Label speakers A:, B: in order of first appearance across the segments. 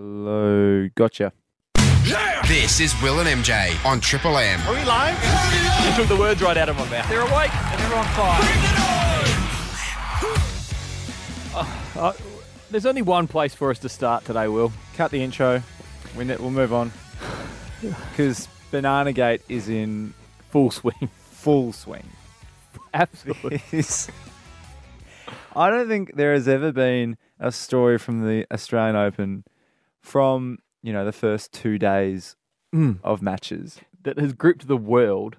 A: Hello. Gotcha.
B: This is Will and MJ on Triple M.
C: Are we live? You took the words right out of my mouth. They're awake and they're on fire.
A: Oh, uh, There's only one place for us to start today, Will. Cut the intro. We ne- we'll move on. Because Banana Gate is in full swing.
D: full swing.
A: Absolutely.
D: It's- I don't think there has ever been a story from the Australian Open from, you know, the first two days
A: Mm.
D: of matches.
A: that has gripped the world.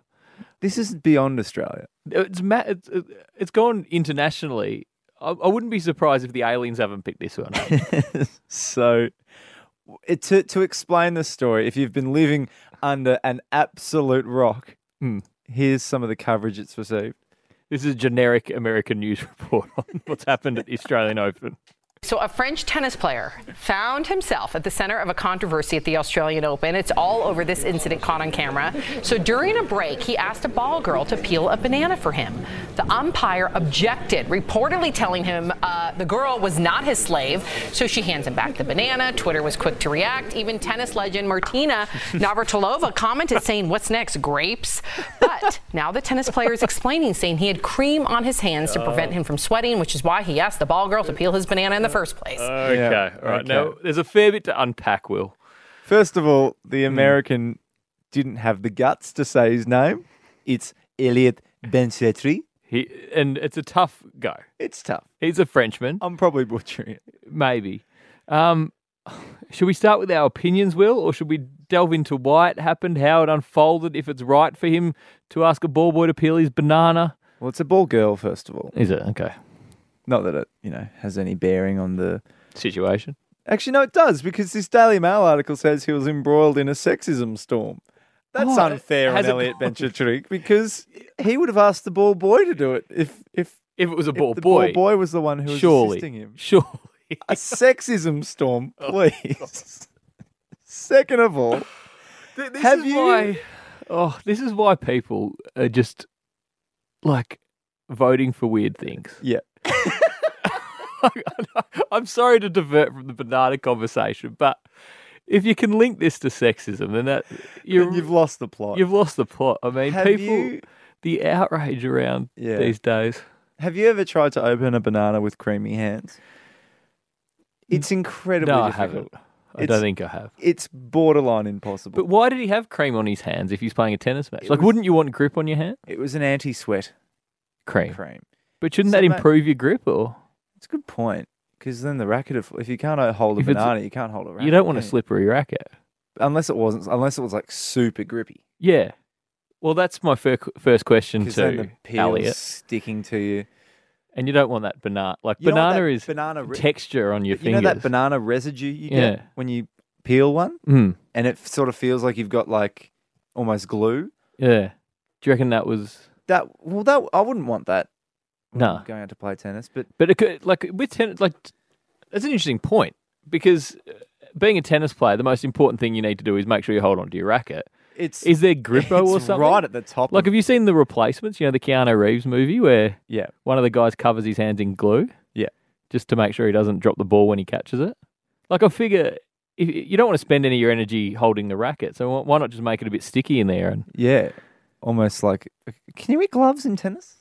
D: This is beyond Australia.
A: It's, ma- it's, it's gone internationally. I, I wouldn't be surprised if the aliens haven't picked this one up.
D: So it, to, to explain this story, if you've been living under an absolute rock,
A: Mm.
D: here's some of the coverage it's received.
A: this is a generic American news report on what's happened at the Australian Open.
E: So, a French tennis player found himself at the center of a controversy at the Australian Open. It's all over this incident caught on camera. So, during a break, he asked a ball girl to peel a banana for him. The umpire objected, reportedly telling him uh, the girl was not his slave. So, she hands him back the banana. Twitter was quick to react. Even tennis legend Martina Navratilova commented saying, What's next? Grapes? But now the tennis player is explaining, saying he had cream on his hands to prevent him from sweating, which is why he asked the ball girl to peel his banana in the first place.
A: Okay. All right. Now, there's a fair bit to unpack, Will.
D: First of all, the
A: Hmm.
D: American didn't have the guts to say his name. It's Elliot Bensetri.
A: He, and it's a tough go.
D: It's tough.
A: He's a Frenchman.
D: I'm probably butchering it.
A: maybe. Um, should we start with our opinions, Will, or should we delve into why it happened, how it unfolded, if it's right for him to ask a ball boy to peel his banana?
D: Well, it's a ball girl, first of all.
A: Is it okay?
D: Not that it, you know, has any bearing on the.
A: Situation.
D: Actually, no, it does because this Daily Mail article says he was embroiled in a sexism storm. That's
A: Oh,
D: unfair on
A: has it
D: Elliot
A: gone?
D: Benchetrick because he would have asked the ball boy to do it if if,
A: If it was a
D: if
A: ball
D: the
A: boy,
D: ball boy was the one who was
A: surely,
D: assisting him.
A: surely.
D: A sexism storm,
A: Oh,
D: please. Second of all,
A: This
D: Have
A: is
D: you-
A: Why, oh, this is why people are just like voting for weird things.
D: yeah,
A: I'm sorry to divert from the banana conversation, but if you can link this to sexism, then that you're,
D: then you've lost the plot.
A: You've lost the plot. I mean,
D: Have
A: people,
D: you-
A: the outrage around
D: Yeah.
A: these days.
D: Have you ever tried to open a banana with creamy hands? It's incredibly
A: No, I
D: difficult.
A: haven't. I
D: It's-
A: don't think I have.
D: It's borderline impossible.
A: But why did he have cream on his hands if he's playing a tennis match? Like, wouldn't you want grip on your hand?
D: it was an anti-sweat
A: Cream.
D: cream.
A: But shouldn't
D: So,
A: that
D: mate-
A: improve your grip? Or
D: It's a good point because then the racket. Of, if you can't uh, hold a
A: If it's-
D: banana, you can't hold a racket.
A: you don't want a
D: can
A: slippery racket?
D: unless it wasn't. Unless it was like super grippy.
A: Yeah. Well, that's my fir- first question
D: Because then
A: to
D: the peel's
A: Elliot.
D: sticking to you.
A: And you don't want that banana. Like,
D: You know what
A: banana
D: that
A: is
D: banana re-
A: texture on your
D: you
A: fingers.
D: know that banana residue you get
A: Yeah.
D: when you peel one,
A: Mm,
D: and it sort of feels like you've got like almost glue.
A: yeah. Do you reckon that was.
D: That well, that I wouldn't want that. when
A: Nah.
D: I'm going out to play tennis, but
A: But it could, like with tennis, like t- that's an interesting point because uh, being a tennis player, the most important thing you need to do is make sure you hold on to your racket.
D: it's
A: Is there grippo or
D: it's
A: something?
D: right at the top.
A: Like,
D: of,
A: have you seen the replacements? You know, the Keanu Reeves movie where
D: yeah,
A: one of the guys covers his hands in glue,
D: Yeah.
A: just to make sure he doesn't drop the ball when he catches it. Like, I figure if you don't want to spend any of your energy holding the racket, so why- why not just make it a bit sticky in there? And
D: yeah, almost like. Can you wear gloves in tennis?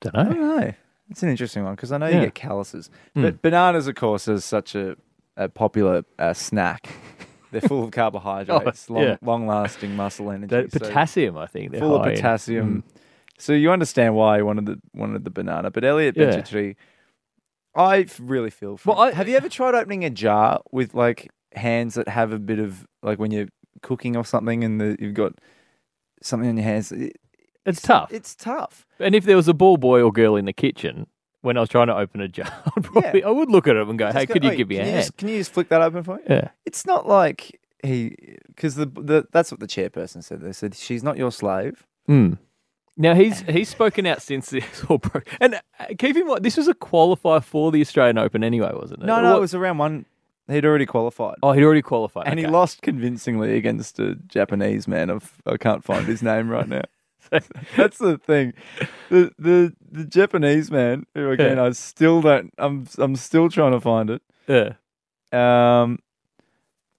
A: don't
D: I
A: know.
D: don't know. It's an interesting one because I know
A: Yeah. Hmm.
D: you get calluses, but bananas, of course, is such a, a popular uh, snack. They're full of carbohydrates, long,
A: Oh, yeah.
D: long-lasting muscle energy,
A: That
D: so
A: potassium, I think. they're
D: full of
A: high in.
D: potassium. Mm. So you understand why he wanted the wanted the banana. But Elliot
A: Yeah.
D: Benchetri, I f- really feel for.
A: Well,
D: him.
A: I-
D: have you ever tried opening a jar with like hands that have a bit of like when you're cooking or something and the, you've got something on your hands? It-
A: It's tough.
D: It's tough.
A: And if there was a ball boy or girl in the kitchen when I was trying to open a jar, I'd probably, I would look at him and go, Uh, "Hey,
D: Just go,
A: could you
D: "Oi,
A: give me a
D: can
A: hand?"
D: just- can you just flick that open for me?
A: Yeah,
D: It's not like he, because the, the that's what the chairperson said. They said she's not your slave.
A: Now he's he's spoken out since this all broke. And uh, keep in mind, this was a qualifier for the Australian Open anyway, wasn't it?
D: No,
A: Or
D: no,
A: what-
D: it was around one. He'd already qualified.
A: Oh, he'd already qualified,
D: And he
A: okay.
D: lost convincingly against a Japanese man. Of I can't find his name right now. That's the thing. The the the Japanese man who again
A: Yeah.
D: I still don't. I'm I'm still trying to find it.
A: Yeah.
D: Um,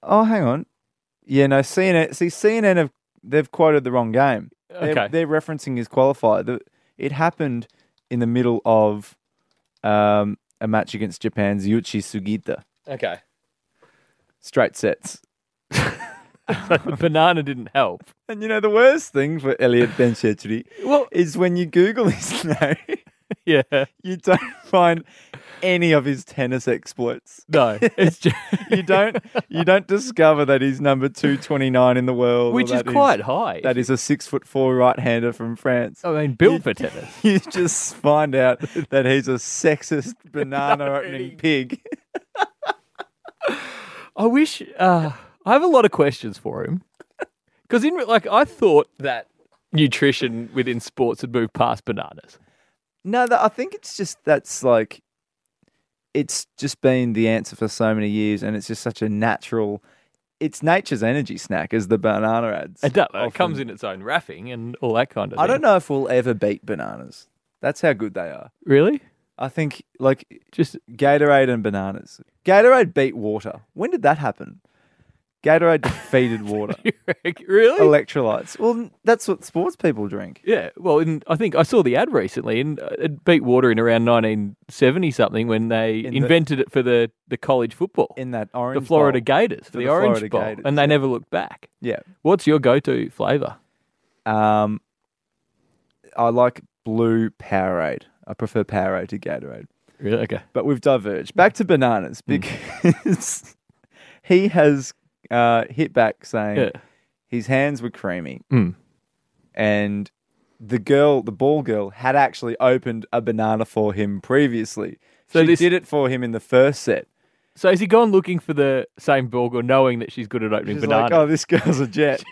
D: oh, hang on. Yeah, no, CNN. See, CNN have they've quoted the wrong game. They're,
A: Okay.
D: they're referencing his qualifier. The, it happened in the middle of um, a match against Japan's Yuichi Sugita.
A: Okay.
D: Straight sets.
A: Banana didn't help.
D: And you know the worst thing for Elliot Benchetri
A: Well-
D: is when you Google his name,
A: Yeah.
D: you don't find any of his tennis exploits.
A: No. It's just,
D: You don't you don't discover that he's number two twenty nine in the world. or
A: which is
D: that he's-
A: quite high. Oh.
D: that is a six foot four right hander from France.
A: I mean, built for tennis.
D: You just find out that he's a sexist banana opening pig.
A: I wish. Uh, I have a lot of questions for him because in re- like I thought that nutrition within sports had moved past bananas.
D: No, that, I think it's just that's like it's just been the answer for so many years, and it's just such a natural. It's nature's energy snack, as the banana ads.
A: It, does, it
D: often-
A: comes in its own wrapping and all that kind of.
D: I don't
A: thing.
D: know if we'll ever beat bananas. That's how good they are.
A: Really?
D: I think like
A: Just
D: Gatorade and bananas. Gatorade beat water. When did that happen? Gatorade defeated water.
A: really?
D: Electrolytes. Well, n- that's what sports people drink.
A: yeah. Well, in, I think I saw the ad recently, and uh, it beat water in around 1970 something when they
D: In the-
A: invented it for the the college football
D: In that orange.
A: the Florida
D: bowl.
A: Gators for
D: For
A: the,
D: the
A: Orange
D: Florida
A: Bowl,
D: Gators,
A: and they never looked back.
D: Yeah.
A: What's your go-to flavor?
D: Um, I like blue Powerade. I prefer Powerade to Gatorade.
A: Really? Okay.
D: But we've diverged. Back to bananas
A: Hmm.
D: because he has uh, hit back saying
A: Yeah.
D: his hands were creamy.
A: Mm.
D: And the girl, the ball girl, had actually opened a banana for him previously.
A: So
D: she
A: this-
D: did it for him in the first set.
A: So has he gone looking for the same burger, knowing that she's good at opening
D: She's like,
A: bananas?
D: oh, this girl's a jet.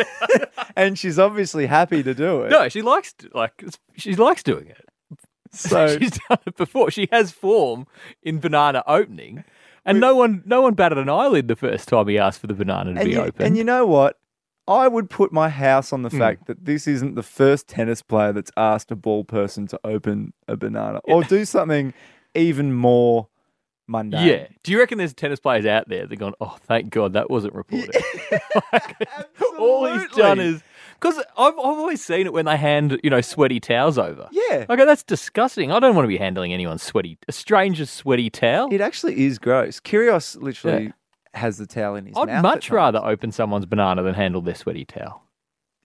D: and she's obviously happy to do it.
A: no, she likes like it's- she likes doing it.
D: so
A: she's done it before. She has form in banana opening, and no one no one batted an eyelid the first time he asked for the banana to
D: and
A: be
D: you,
A: open. Hmm.
D: And you know what? I would put my house on the fact that this isn't the first tennis player that's asked a ball person to open a banana or do something even more mundane.
A: yeah. Do you reckon there's tennis players out there that gone, oh, thank God that wasn't reported? All he's done
D: Absolutely.
A: is because I've, I've always seen it when they hand you know sweaty towels over.
D: Yeah.
A: I go, that's disgusting. I don't want to be handling anyone's sweaty, a stranger's sweaty towel.
D: It actually is gross. Kyrgios literally has the towel in his mouth.
A: I'd
D: at
A: much
D: times.
A: rather open someone's banana than handle their sweaty towel.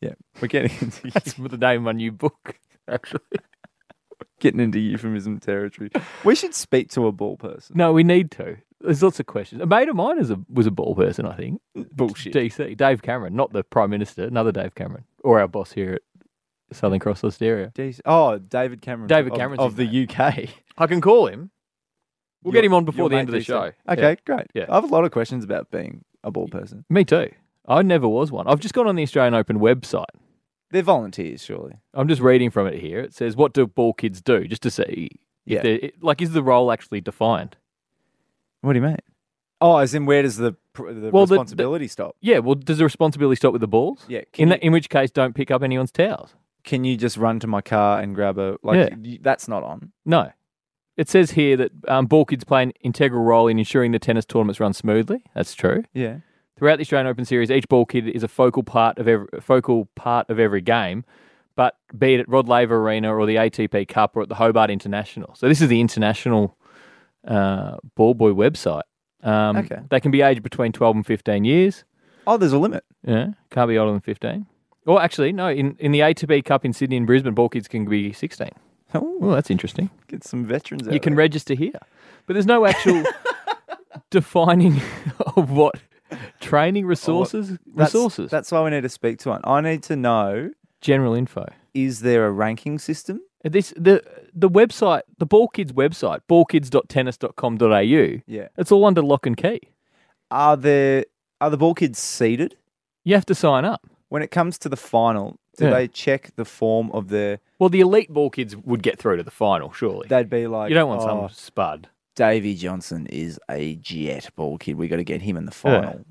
D: Yeah, we're getting into,
A: That's the name of my new book, actually.
D: getting into euphemism territory. We should speak to a ball person.
A: No, we need to. There's lots of questions. A mate of mine is a, was a ball person, I think.
D: Bullshit.
A: DC, Dave Cameron, not the Prime Minister, another Dave Cameron, or our boss here at Southern Cross Listeria.
D: Jeez. Oh, David Cameron.
A: David
D: of-
A: Cameron's
D: of
A: his
D: the UK.
A: I can call him. We'll
D: Your-
A: get him on
D: your
A: before the
D: mate
A: end of the
D: DC.
A: show.
D: Okay,
A: Yeah.
D: great.
A: Yeah.
D: I have a lot of questions about being a ball person.
A: Me too. I never was one. I've just gone on the Australian Open website.
D: They're volunteers, surely.
A: I'm just reading from it here. It says, "What do ball kids do?" Just to see
D: Yeah.
A: if they're it- like, is the role actually defined?
D: What do you mean? Oh, as in where does the pr- the
A: Well, the- the-
D: responsibility stop?
A: Yeah. Well, does the responsibility stop with the balls?
D: Yeah, can
A: In
D: you-
A: that, in which case, don't pick up anyone's towels.
D: Can you just run to my car and grab a like?
A: Yeah.
D: y that's not on.
A: No. It says here that um, ball kids play an integral role in ensuring the tennis tournaments run smoothly. That's true.
D: Yeah.
A: Throughout the Australian Open series, each ball kid is a focal part of every focal part of every game. But be it at Rod Laver Arena or the ATP Cup or at the Hobart International, so this is the international uh, ball boy website. Um,
D: Okay.
A: They can be aged between twelve and fifteen years.
D: Oh, there's a limit.
A: Yeah, can't be older than fifteen. Or actually, no. In, in the ATP Cup in Sydney and Brisbane, ball kids can be sixteen.
D: Oh,
A: Well, that's interesting.
D: get some veterans. Out
A: You can
D: there.
A: register here. But there's no actual defining of what training resources
D: That's-
A: resources.
D: That's why we need to speak to one. I need to know:
A: General info.
D: is there a ranking system?
A: This the the website, the Ball Kids website, ballkids.tennis.com.au.
D: Yeah.
A: It's all under lock and key.
D: Are there are the ball kids seeded?
A: You have to sign up.
D: When it comes to the final, do
A: Yeah.
D: they check the form of their?
A: Well, the elite ball kids would get through to the final, surely.
D: They'd be like,
A: you don't want
D: "Oh,
A: some spud.
D: Davy Johnson is a jet ball kid. We got to get him in the final.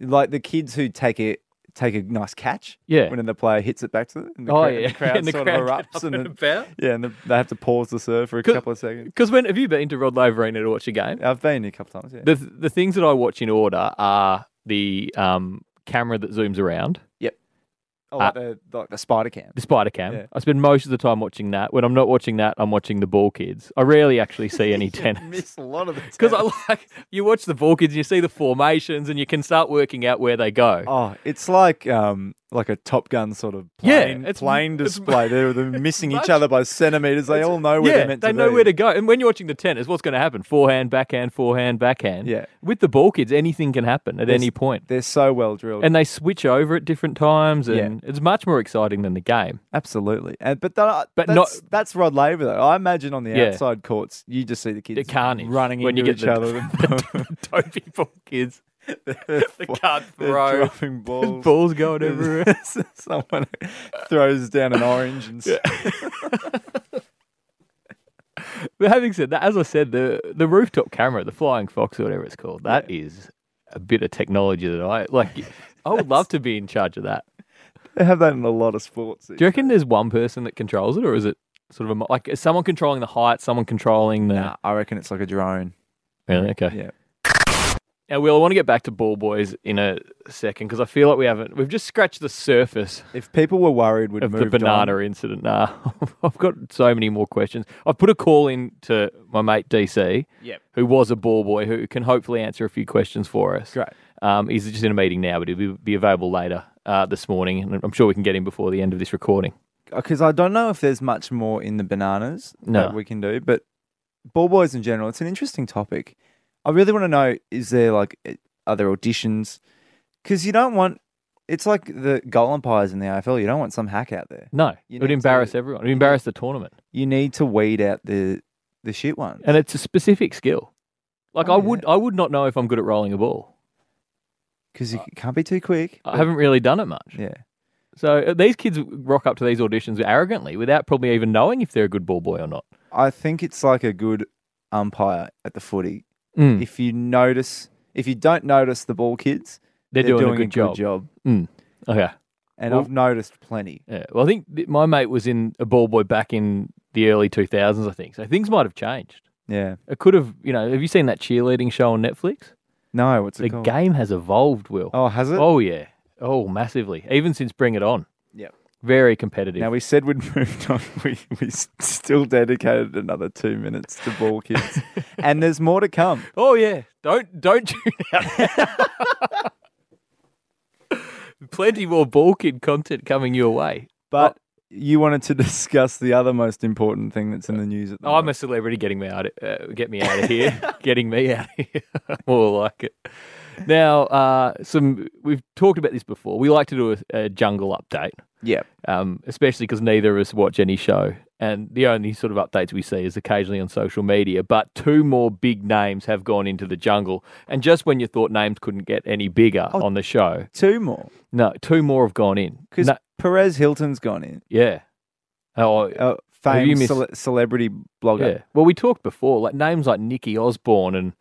D: Like the kids who take it take a nice catch.
A: Yeah.
D: When the player hits it back to them, and the,
A: Oh,
D: crowd-
A: yeah.
D: the crowd
A: And the
D: sort
A: crowd
D: of
A: get
D: erupts,
A: up
D: and,
A: and
D: then-
A: about.
D: yeah, and the, they have to pause the serve for a
A: Could-
D: couple of seconds.
A: Because when have you been to Rod Laver Arena to watch a game?
D: I've been here a couple times. Yeah.
A: The the things that I watch in order are the um, camera that zooms around,
D: oh, like the like the spider cam.
A: uh, the spider cam.
D: Yeah.
A: I spend most of the time watching that. When I'm not watching that, I'm watching the ball kids. I rarely actually see any tennis.
D: Miss a lot of the
A: Because I like you watch the ball kids, and you see the formations, and you can start working out where they go.
D: Oh, it's like um like a Top Gun sort of
A: Yeah,
D: plane,
A: it's-
D: plane
A: it's-
D: display. They're, they're missing each
A: much-
D: other by centimeters. They all know where
A: yeah,
D: they're meant
A: they
D: to
A: know
D: be.
A: where to go. And when you're watching the tennis, what's going to happen? Forehand, backhand, forehand, backhand.
D: Yeah.
A: With the ball kids, anything can happen at any point.
D: They're so well drilled.
A: And they switch over at different times,
D: Yeah.
A: and it's much more exciting than the game.
D: Absolutely. And but that,
A: But
D: that's, that's Rod Laver though. I imagine on the
A: Yeah.
D: outside courts, you just see the kids
A: The carnage
D: running
A: when
D: into
A: you get
D: each
A: the-
D: other.
A: Dopey ball kids. they can't
D: They're
A: throw.
D: dropping
A: There's
D: balls.
A: balls going everywhere.
D: Someone throws down an orange and s
A: But having said that, as I said, the the rooftop camera, the flying fox or whatever it's called, that is a bit of technology that I like. I would love to be in charge of that.
D: they have that in a lot of sports.
A: Do you reckon there's one person that controls it, or is it sort of a, mo- like is someone controlling the height, someone controlling the?
D: Nah, I reckon it's like a drone.
A: Really? Okay.
D: Yeah.
A: Now, Will, I want to get back to ball boys in a second because I feel like we haven't. We've just scratched the surface
D: If people were worried, would
A: of
D: move
A: the banana
D: On.
A: incident. Nah, I've got so many more questions. I've put a call in to my mate DC,
D: Yep.
A: who was a ball boy, who can hopefully answer a few questions for us.
D: Great.
A: Um, he's just in a meeting now, but he'll be, be available later uh, this morning, and I'm sure we can get him before the end of this recording.
D: because uh, I don't know if there's much more in the bananas
A: No.
D: that we can do, but ball boys in general, it's an interesting topic. I really want to know: is there like i- are there auditions? Because you don't want it's like the goal umpires in the AFL. You don't want some hack out there.
A: No,
D: You
A: it would
D: need
A: embarrass
D: to-
A: everyone. It would embarrass the tournament,
D: You need to weed out the the shit ones.
A: and it's a specific skill. Like
D: Oh,
A: I would, I would not know if I'm good at rolling a ball.
D: because you can't be too quick.
A: I haven't really done it much.
D: Yeah,
A: So uh, these kids rock up to these auditions arrogantly without probably even knowing if they're a good ball boy or not.
D: I think it's like a good umpire at the footy.
A: Hmm.
D: If you notice, if you don't notice the ball kids,
A: They're, doing, a good job. Mm. Okay.
D: and
A: Well-
D: I've noticed plenty.
A: Yeah. Well, I think th- my mate was in a ball boy back in the early 2000s, I think. So things might have changed.
D: Yeah.
A: It could have, you know, have you seen that cheerleading show on Netflix?
D: No, what's it
A: the
D: called?
A: game has evolved, Will.
D: Oh, has it?
A: Oh, yeah. Oh, massively. Even since Bring It On.
D: Yep.
A: Very competitive.
D: Now we said we'd moved on. We we s- still dedicated another two minutes to ball kids, and there's more to come.
A: Oh yeah, don't don't tune out. Plenty more Balkan content coming your way.
D: But you wanted to discuss the other most important thing that's in the news at the
A: Oh, I'm a
D: moment.
A: celebrity. Getting me out, of, uh, get me out of here. getting me out of here. More like it. Now, uh, some we've talked about this before. We like to do a, a jungle update,
D: yeah,
A: um, especially because neither of us watch any show, and the only sort of updates we see is occasionally on social media. But two more big names have gone into the jungle, and just when you thought names couldn't get any bigger on the show,
D: two more
A: No, two more have gone in.
D: because
A: No-
D: Perez Hilton's gone in.
A: yeah. Oh,
D: Uh,
A: Have you
D: famed
A: missed-
D: cele- celebrity blogger.
A: yeah. Well, we talked before, like names like Nikki Osborne and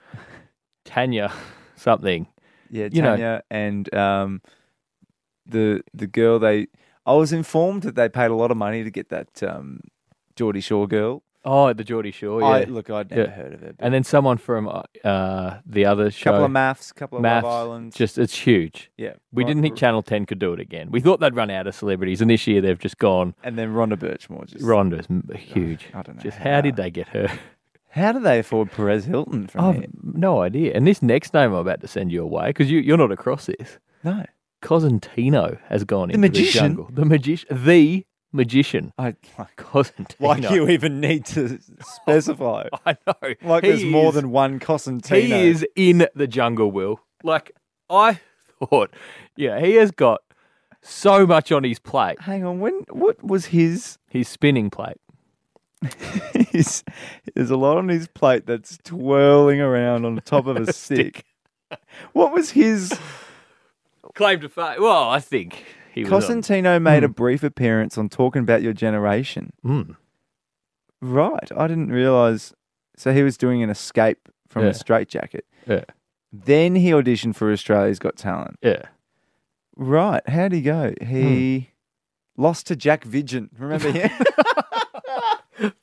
A: Tanya something.
D: Yeah,
A: You know.
D: Tanya and um, the the girl they. I was informed that they paid a lot of money to get that um, Geordie Shore girl.
A: Oh, the Geordie Shore, yeah.
D: I, look, I'd never
A: Yeah.
D: heard of it.
A: and then someone from uh, the other show,
D: couple of maths, couple of
A: Maths,
D: Love Islands.
A: just it's huge.
D: yeah,
A: We
D: Ron-
A: didn't think Channel 10 could do it again. We thought they'd run out of celebrities, and this year they've just gone.
D: And then Rhonda Birchmore just. Oh,
A: Rhonda's m- huge.
D: I don't know
A: Just
D: how
A: how
D: that-
A: did they Oh, get her?
D: How do they afford Perez Hilton from
A: I've
D: here?
A: no idea. And this next name I'm about to send you away, because you, you're not across this.
D: No,
A: Cosentino has gone into
D: magician?
A: the jungle. The magician, the magician,
D: I like,
A: Cosentino.
D: like you even need to specify.
A: I know.
D: Like
A: He
D: there's more
A: is-
D: than one Cosentino.
A: he is in the jungle. Will like I thought. Yeah, he has got so much on his plate.
D: Hang on, when what was his?
A: His spinning plate.
D: his there's a lot on his plate that's twirling around on the top of a stick. What was his?
A: Claim to fame. Well, I think he was. on- Hmm.
D: Cosentino made a brief appearance on talking about your generation.
A: Mm.
D: Right, I didn't realize. So he was doing an escape from
A: Yeah.
D: a straitjacket.
A: Yeah,
D: Then he auditioned for Australia's Got Talent,
A: yeah.
D: Right. How'd he go? He
A: Hmm.
D: lost to Jack Vigent. Remember him?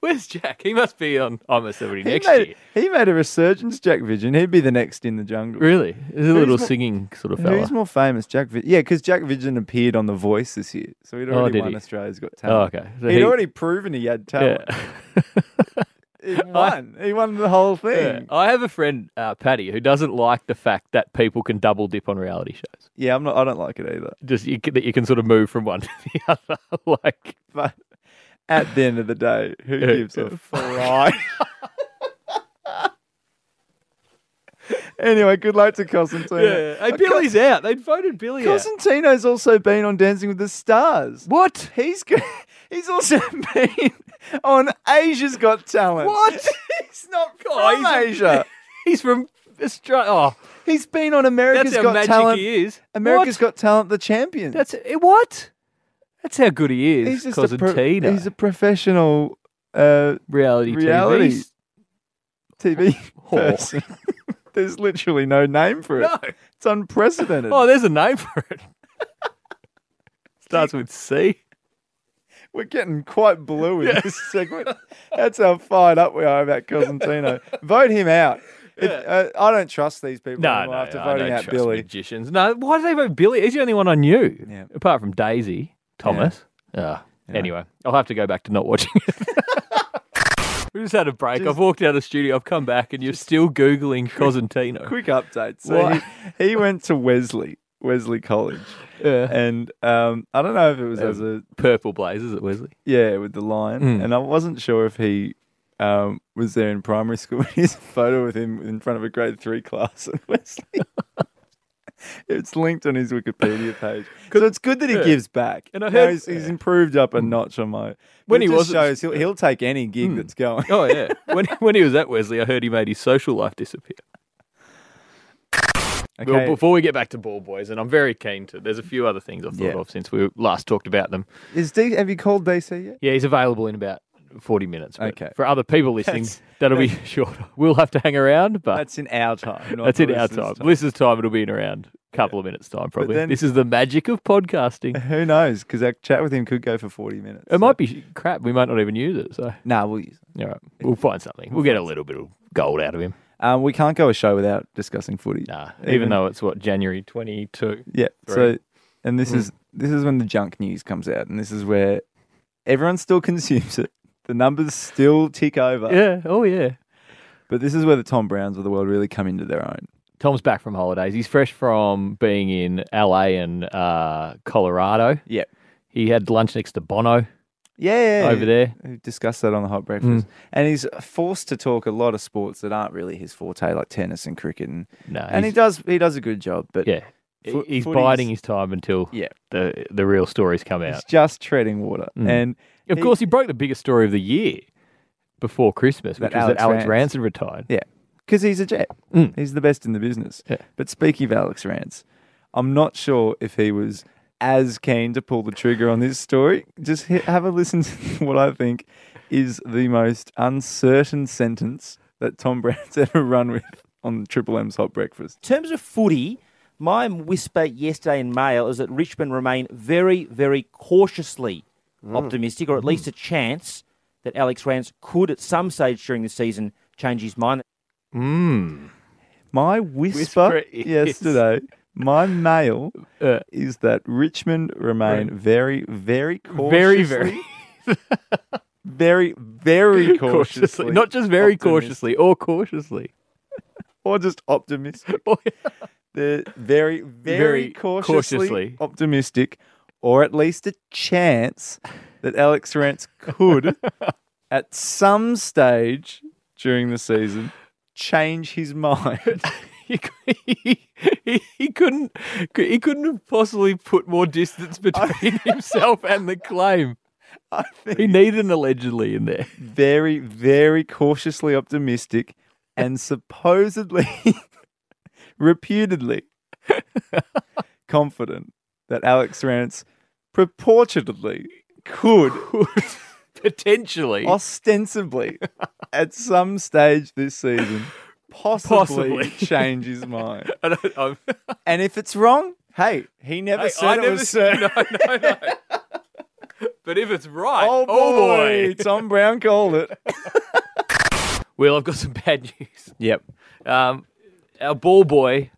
A: Where's Jack? He must be on almost every next
D: he made,
A: year.
D: He made a resurgence, Jack Vigent. He'd be the next in the jungle.
A: Really? He's a little
D: more-
A: singing sort of fella.
D: Who's more famous, Jack? Vi- yeah, because Jack Vigent appeared on The Voice this year, so he'd
A: Oh,
D: already
A: did
D: won
A: he?
D: Australia's Got
A: Oh,
D: Talent.
A: okay. So
D: he'd
A: he-
D: already proven he had talent.
A: Yeah.
D: He won. he won the whole
A: Yeah.
D: thing. Yeah,
A: I have a friend, uh, Patty, who doesn't like the fact that people can double dip on reality shows.
D: I'm not. I don't like it either.
A: Just you, can- that you can sort of move from one to the other. like,
D: But at the end of the day, who
A: Yeah,
D: gives
A: yeah.
D: a fly? anyway, good luck to Costantino.
A: Hey, Billy's out. They voted Billy out.
D: Costantino's also been on Dancing with the Stars.
A: What?
D: He's go- he's also been on Asia's Got Talent.
A: What?
D: he's not from
A: Oh, he's a-
D: Asia.
A: He's from Australia. Oh,
D: he's been on America's
A: that's how
D: Got
A: magic
D: Talent.
A: he is.
D: America's
A: What?
D: Got Talent, the champion.
A: That's eh, what? That's how good he
D: he's
A: is.
D: just a pro-
A: Cosentino.
D: he's a professional uh,
A: reality,
D: reality
A: TV.
D: TV
A: Whore.
D: person. There's literally no name for it.
A: No.
D: It's unprecedented.
A: Oh, there's a name for it. Starts with C.
D: We're getting quite blue in this segment. That's how fired up we are about Cosentino. Vote him out. If- uh, I don't trust these people
A: No,
D: anymore
A: no,
D: after
A: I
D: voting
A: don't
D: out
A: trust
D: Billy.
A: magicians. No, why did they vote Billy? He's the only one I knew,
D: Yeah.
A: apart from Daisy Thomas. Ah, Anyway, I'll have to go back to not watching it. we just had a break. I've walked out of the studio. I've come back, and you're still googling Cosentino.
D: Quick update. So
A: Why?
D: he, he went to Wesley, Wesley College,
A: Yeah.
D: and um, I don't know if it was as a
A: Uh, Purple blazers at Wesley.
D: yeah with the lion,
A: Hmm.
D: and I wasn't sure if he um, was there in primary school. Here's a photo with him in front of a grade three class at Wesley. it's linked on his Wikipedia page, so it's good that he gives back.
A: And I
D: Now
A: heard- Hmm.
D: he's, he's improved up a notch on my.
A: When
D: it
A: he
D: just
A: wasn't-
D: shows he'll, he'll take any gig that's going.
A: Oh yeah. when when he was at Wesley, I heard he made his social life disappear. Well,
D: Okay.
A: before we get back to ball boys, and I'm very keen to. There's a few other things I've thought
D: Yeah.
A: of since we last talked about them.
D: Is D, have you called DC yet?
A: Yeah, he's available in about 40 minutes. but
D: Okay.
A: For other people listening,
D: That's-
A: that'll be short. We'll have to hang around, but
D: That's in our time. not
A: that's
D: the
A: in our
D: listeners'
A: time. Listeners' time, it'll be in around a couple of minutes' time, probably.
D: then-
A: this is the magic of podcasting.
D: Who knows? Because our chat with him could go for 40 minutes.
A: It might be sh- crap. We might not even use it. So,
D: Nah, we'll use it.
A: all right, we'll find something. We'll get a little bit of gold out of him.
D: Um, we can't go a show without discussing footy.
A: Nah, even, though it's what, January 22?
D: Yeah. So,
A: Right.
D: and this
A: Hmm.
D: is this is when the junk news comes out, and this is where everyone still consumes it. The numbers still tick over.
A: Yeah, oh yeah.
D: But this is where the Tom Browns of the world really come into their own.
A: Tom's back from holidays. He's fresh from being in LA and uh, Colorado.
D: Yeah.
A: He had lunch next to Bono.
D: Yeah.
A: Over there. Hmm.
D: We discussed that on the Hot Breakfast. And he's forced to talk a lot of sports that aren't really his forte, like tennis and cricket. And,
A: No,
D: and he
A: Uh, he's-
D: does he does a good job. But
A: Yeah.
D: Fo-
A: he's
D: footy's-
A: biding his time until
D: Yeah.
A: the the real stories come
D: he's
A: out.
D: just treading water. And
A: Hmm. Of
D: he-
A: course, he broke the biggest story of the year before Christmas, which
D: That
A: was that
D: Alex
A: Alex
D: Rance.
A: Ranson retired.
D: Yeah, because he's a jet.
A: Mm.
D: He's the best in the business.
A: Yeah.
D: But speaking of Alex Rance, I'm not sure if he was as keen to pull the trigger on this story. Just he- have a listen to what I think is the most uncertain sentence that Tom Brown's ever run with on Triple M's Hot Breakfast.
F: In terms of footy, my whisper yesterday in Mail is that Richmond remain very, very cautiously optimistic, or at least a chance that Alex Rance could at some stage during the season change his mind.
A: Hmm.
D: My
A: Whisper
D: whisper
A: is-
D: yesterday, my mail is that Richmond remain very, very cautiously,
A: Very, very
D: very, very cautiously,
A: cautiously. Not just very
D: optimistic.
A: cautiously or cautiously.
D: or just optimistic. They're very, very,
A: Very
D: cautiously,
A: cautiously.
D: optimistic, or at least a chance that Alex Rance could, at some stage during the season, change his mind.
A: He, cou- he, he, he couldn't he couldn't have possibly put more distance between himself and the claim.
D: I
A: He
D: think
A: needed an allegedly in there.
D: very, very cautiously optimistic, and supposedly, reputedly, confident that Alex Rance purportedly could
A: Potentially.
D: ostensibly at some stage this season possibly,
A: Possibly.
D: change his mind.
A: I don't, I'm,
D: And if it's wrong, Hey, he never
A: Hey,
D: said it was
A: said-
D: Sir.
A: No, no, no. but if it's right,
D: Oh boy, Tom Brown called it.
A: Will, I've got some bad news.
D: Yep.
A: Um, our ball boy,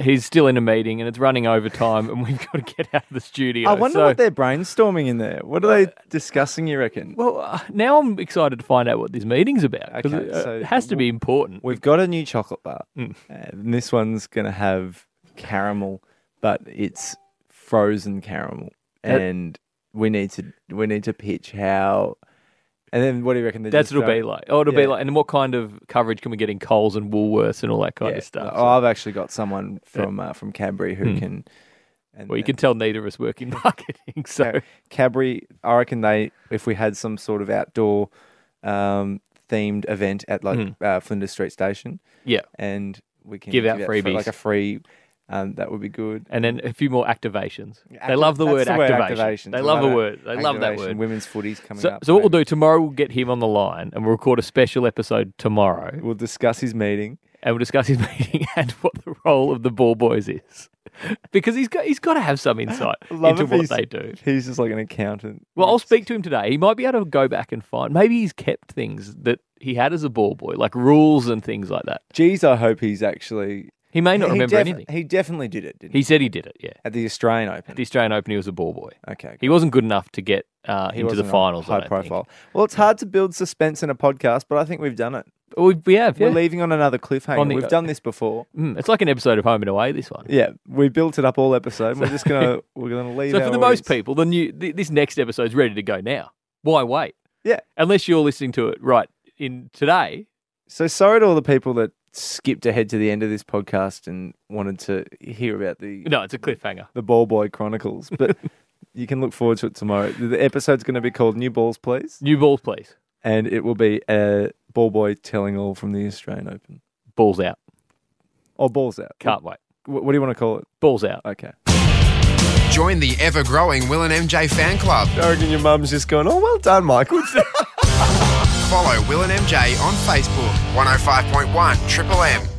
A: he's still in a meeting and it's running over time, and we've got to get out of the studio.
D: I wonder
A: So- Uh,
D: what they're brainstorming in there. What are they discussing? You reckon?
A: Well, uh, now I'm excited to find out what this meeting's about 'cause
D: Okay,
A: it, uh,
D: so
A: it has to be important.
D: We've got a new chocolate bar,
A: Hmm.
D: and this one's gonna have caramel, but it's frozen caramel,
A: That-
D: and we need to we need to pitch how. And then what do you reckon? they
A: That's
D: just
A: what
D: throw-
A: it'll be like. Oh, it'll be
D: Yeah.
A: like, and what kind of coverage can we get in Coles and Woolworths and all that kind
D: Yeah.
A: of stuff? Hmm.
D: Oh, I've actually got someone from uh, from Cadbury who can. And, uh,
A: well, you can tell neither of us work in marketing, so
D: So Cadbury, I reckon they, if we had some sort of outdoor um, themed event at like uh, Flinders Street Station,
A: yeah.
D: and we can
A: Hmm. Give out
D: free-
A: freebies.
D: like a free. Um, that would be good.
A: And then a few more activations. they
D: Acti-
A: love the
D: that's
A: word
D: activations.
A: activation. They
D: I
A: love the
D: it.
A: word. They love that
D: Activation.
A: word.
D: Women's footies coming
A: So,
D: up.
A: so what we'll
D: maybe.
A: do tomorrow, we'll get him on the line and we'll record a special episode tomorrow,
D: We'll discuss his meeting.
A: and we'll discuss his meeting and what the role of the ball boys is, because he's got he's got to have some insight
D: Love
A: into
D: if
A: what
D: he's-
A: they do.
D: He's just like an accountant.
A: Well, I'll speak to him today. He might be able to go back and find. Maybe he's kept things that he had as a ball boy, like rules and things like that.
D: Geez, I hope he's actually.
A: He may not
D: he
A: remember
D: defi-
A: anything.
D: He definitely did it, didn't he?
A: He said he did it. Yeah,
D: At the Australian Open.
A: the Australian Open, he was a ball boy.
D: okay.
A: He wasn't good enough to get uh,
D: He
A: into the
D: wasn't a
A: finals. I
D: High
A: don't think.
D: profile. Well, it's hard to build suspense in a podcast, but I think we've done it.
A: But We, we have. Yeah.
D: We're leaving on another cliffhanger.
A: On the-
D: we've done this before.
A: Mm, it's like an episode of Home and Away. This one.
D: Yeah, we built it up all episode. and we're just gonna we're gonna leave.
A: So
D: our
A: for the
D: audience.
A: most people, the new th- this next episode's ready to go now. Why wait?
D: Yeah.
A: Unless you're listening to it right in today.
D: So sorry to all the people that skipped ahead to the end of this podcast and wanted to hear about the
A: No, it's a cliffhanger.
D: the Ball Boy Chronicles, but. You can look forward to it tomorrow. The the episode's going to be called New Balls, Please,
A: New balls, please.
D: and it will be a ball boy telling all from the Australian Open.
A: Balls out.
D: Or Balls Out.
A: Can't wait.
D: What, what do you want to call it?
A: Balls out.
D: Okay.
B: Join the ever growing Will and MJ fan club.
D: I reckon your mum's just going, oh, well done, Michael.
B: oh Follow Will and MJ on Facebook, 105.1 Triple M.